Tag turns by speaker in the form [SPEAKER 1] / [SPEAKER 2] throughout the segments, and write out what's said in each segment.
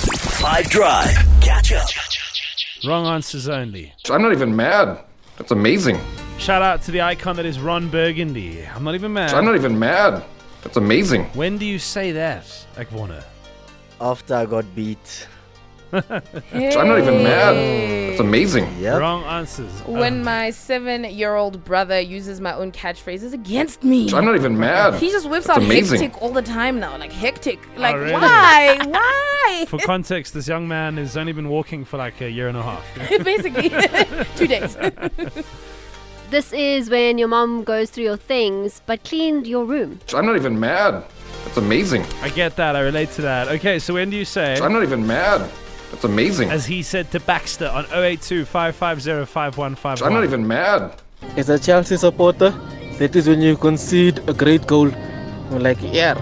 [SPEAKER 1] Five Drive. Catch up.
[SPEAKER 2] Wrong answers only.
[SPEAKER 3] I'm not even mad. That's amazing.
[SPEAKER 2] Shout out to the icon that is Ron Burgundy. I'm not even mad.
[SPEAKER 3] I'm not even mad. That's amazing.
[SPEAKER 2] when do you say that, Akwana?
[SPEAKER 4] After I got beat.
[SPEAKER 3] I'm not even mad. That's amazing.
[SPEAKER 4] Yep.
[SPEAKER 2] Wrong answers. Um,
[SPEAKER 5] When my seven-year-old brother uses my own catchphrases against me.
[SPEAKER 3] I'm not even mad.
[SPEAKER 5] He just whips
[SPEAKER 3] That's
[SPEAKER 5] out
[SPEAKER 3] amazing.
[SPEAKER 5] hectic all the time now, like hectic. Like
[SPEAKER 2] Oh, really?
[SPEAKER 5] why? Why?
[SPEAKER 2] For context, this young man has only been walking for like a year and a half.
[SPEAKER 5] Basically, two days.
[SPEAKER 6] This is when your mom goes through your things, but cleaned your room.
[SPEAKER 3] I'm not even mad. That's amazing.
[SPEAKER 2] I get that. I relate to that. Okay, so when do you say,
[SPEAKER 3] I'm not even mad. That's amazing.
[SPEAKER 2] as he said to Baxter on 082 550 5151?
[SPEAKER 3] I'm not even mad.
[SPEAKER 7] As a Chelsea supporter, that is when you concede a great goal. I'm like, yeah,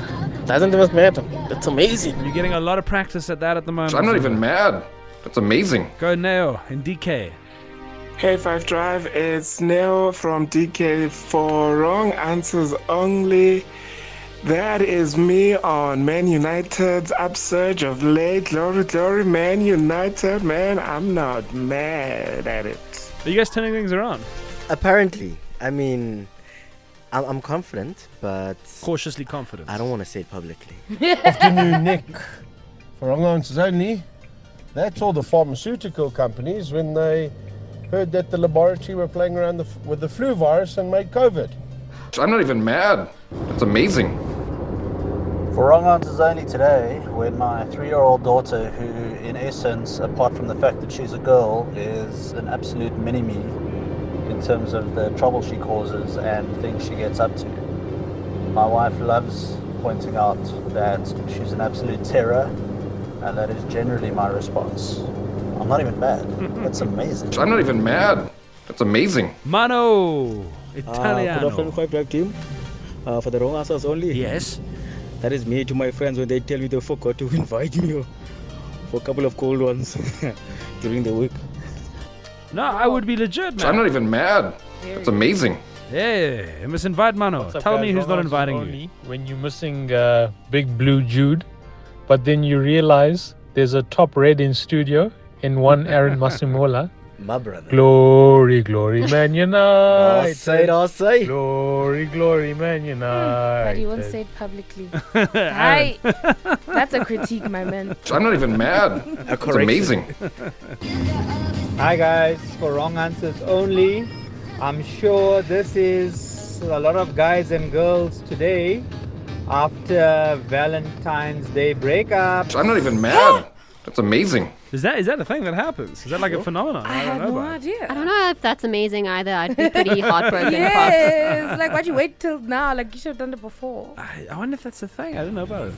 [SPEAKER 7] doesn't even matter. That's amazing.
[SPEAKER 2] You're getting a lot of practice at that at the moment.
[SPEAKER 3] I'm not even mad. That's amazing.
[SPEAKER 2] Go Neo and DK.
[SPEAKER 8] Hey, Five Drive, it's Neil from DK for Wrong Answers Only. That is me on Man United's upsurge of late. Glory, glory, Man United, man. I'm not mad at it.
[SPEAKER 2] Are you guys turning things around?
[SPEAKER 4] Apparently, I mean, I'm, I'm confident, but
[SPEAKER 2] Cautiously confident.
[SPEAKER 4] I don't want to say it publicly.
[SPEAKER 9] Afternoon, Nick. For wrong answers only. That's all the pharmaceutical companies when they heard that the laboratory were playing around the, f- with the flu virus and made COVID.
[SPEAKER 3] I'm not even mad. That's amazing.
[SPEAKER 10] For wrong answers only today, when my three-year-old daughter, who in essence, apart from the fact that she's a girl, is an absolute mini-me in terms of the trouble she causes and things she gets up to. My wife loves pointing out that she's an absolute terror, and that is generally my response. I'm not even mad. That's amazing.
[SPEAKER 3] I'm not even mad. That's amazing.
[SPEAKER 2] Mano!
[SPEAKER 7] Uh, good afternoon,
[SPEAKER 2] Italiano.
[SPEAKER 7] Five Drive team. Uh, for the wrong answers only.
[SPEAKER 2] yes.
[SPEAKER 7] That is me to my friends when they tell me they forgot to invite me for a couple of cold ones during the week.
[SPEAKER 2] No, I would be legit, man.
[SPEAKER 3] I'm not even mad. That's amazing.
[SPEAKER 2] Yeah, you must invite Mano. Tell me who's not inviting you.
[SPEAKER 9] When you're missing uh, Big Blue Jude, but then you realize there's a top red in studio and one Aaron Masimola.
[SPEAKER 4] My brother.
[SPEAKER 9] Glory, glory, Man United.
[SPEAKER 4] I'll say it, Hmm, I'll say it.
[SPEAKER 9] Glory, glory, Man
[SPEAKER 5] but he won't
[SPEAKER 9] United.
[SPEAKER 5] say it publicly.
[SPEAKER 2] Aaron.
[SPEAKER 5] Hi. That's a critique, my man.
[SPEAKER 3] I'm not even mad. That's amazing.
[SPEAKER 10] Hi guys, for wrong answers only. I'm sure this is a lot of guys and girls today after Valentine's Day breakup.
[SPEAKER 3] I'm not even mad. That's amazing.
[SPEAKER 2] Is that is that a thing that happens? Is that like a phenomenon?
[SPEAKER 5] I
[SPEAKER 2] don't
[SPEAKER 5] have
[SPEAKER 2] know
[SPEAKER 5] no
[SPEAKER 2] about.
[SPEAKER 6] I
[SPEAKER 5] idea.
[SPEAKER 6] don't know if that's amazing either. I'd be pretty heartbroken if I was-
[SPEAKER 5] Yes, like why'd you wait till now? Like you should have done it before.
[SPEAKER 2] I, I wonder if that's a thing. I don't know about it.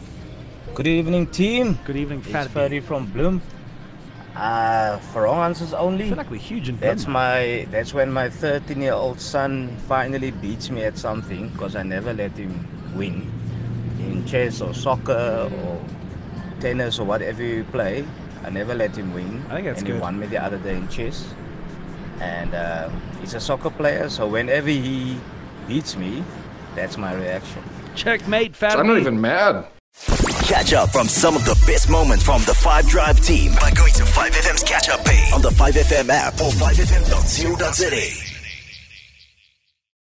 [SPEAKER 10] Good evening, team.
[SPEAKER 2] Good evening,
[SPEAKER 10] It's
[SPEAKER 2] Fat
[SPEAKER 10] Ferry
[SPEAKER 2] Buddy.
[SPEAKER 10] from Bloom. Uh, for wrong answers
[SPEAKER 2] I
[SPEAKER 10] only.
[SPEAKER 2] feel like we're huge in
[SPEAKER 10] That's
[SPEAKER 2] Bloem.
[SPEAKER 10] my. That's when my 13-year-old son finally beats me at something because I never let him win in chess or soccer or tennis or whatever you play. I never let him win.
[SPEAKER 2] I think that's
[SPEAKER 10] and
[SPEAKER 2] good.
[SPEAKER 10] he won me the other day in chess. And uh, he's a soccer player, so whenever he beats me, that's my reaction.
[SPEAKER 2] Checkmate, Fat
[SPEAKER 3] I'm not
[SPEAKER 2] Buddy.
[SPEAKER 3] even mad.
[SPEAKER 1] Catch up from some of the best moments from the Five Drive team by going to 5FM's catch up page on the 5FM app or 5FM.co.za.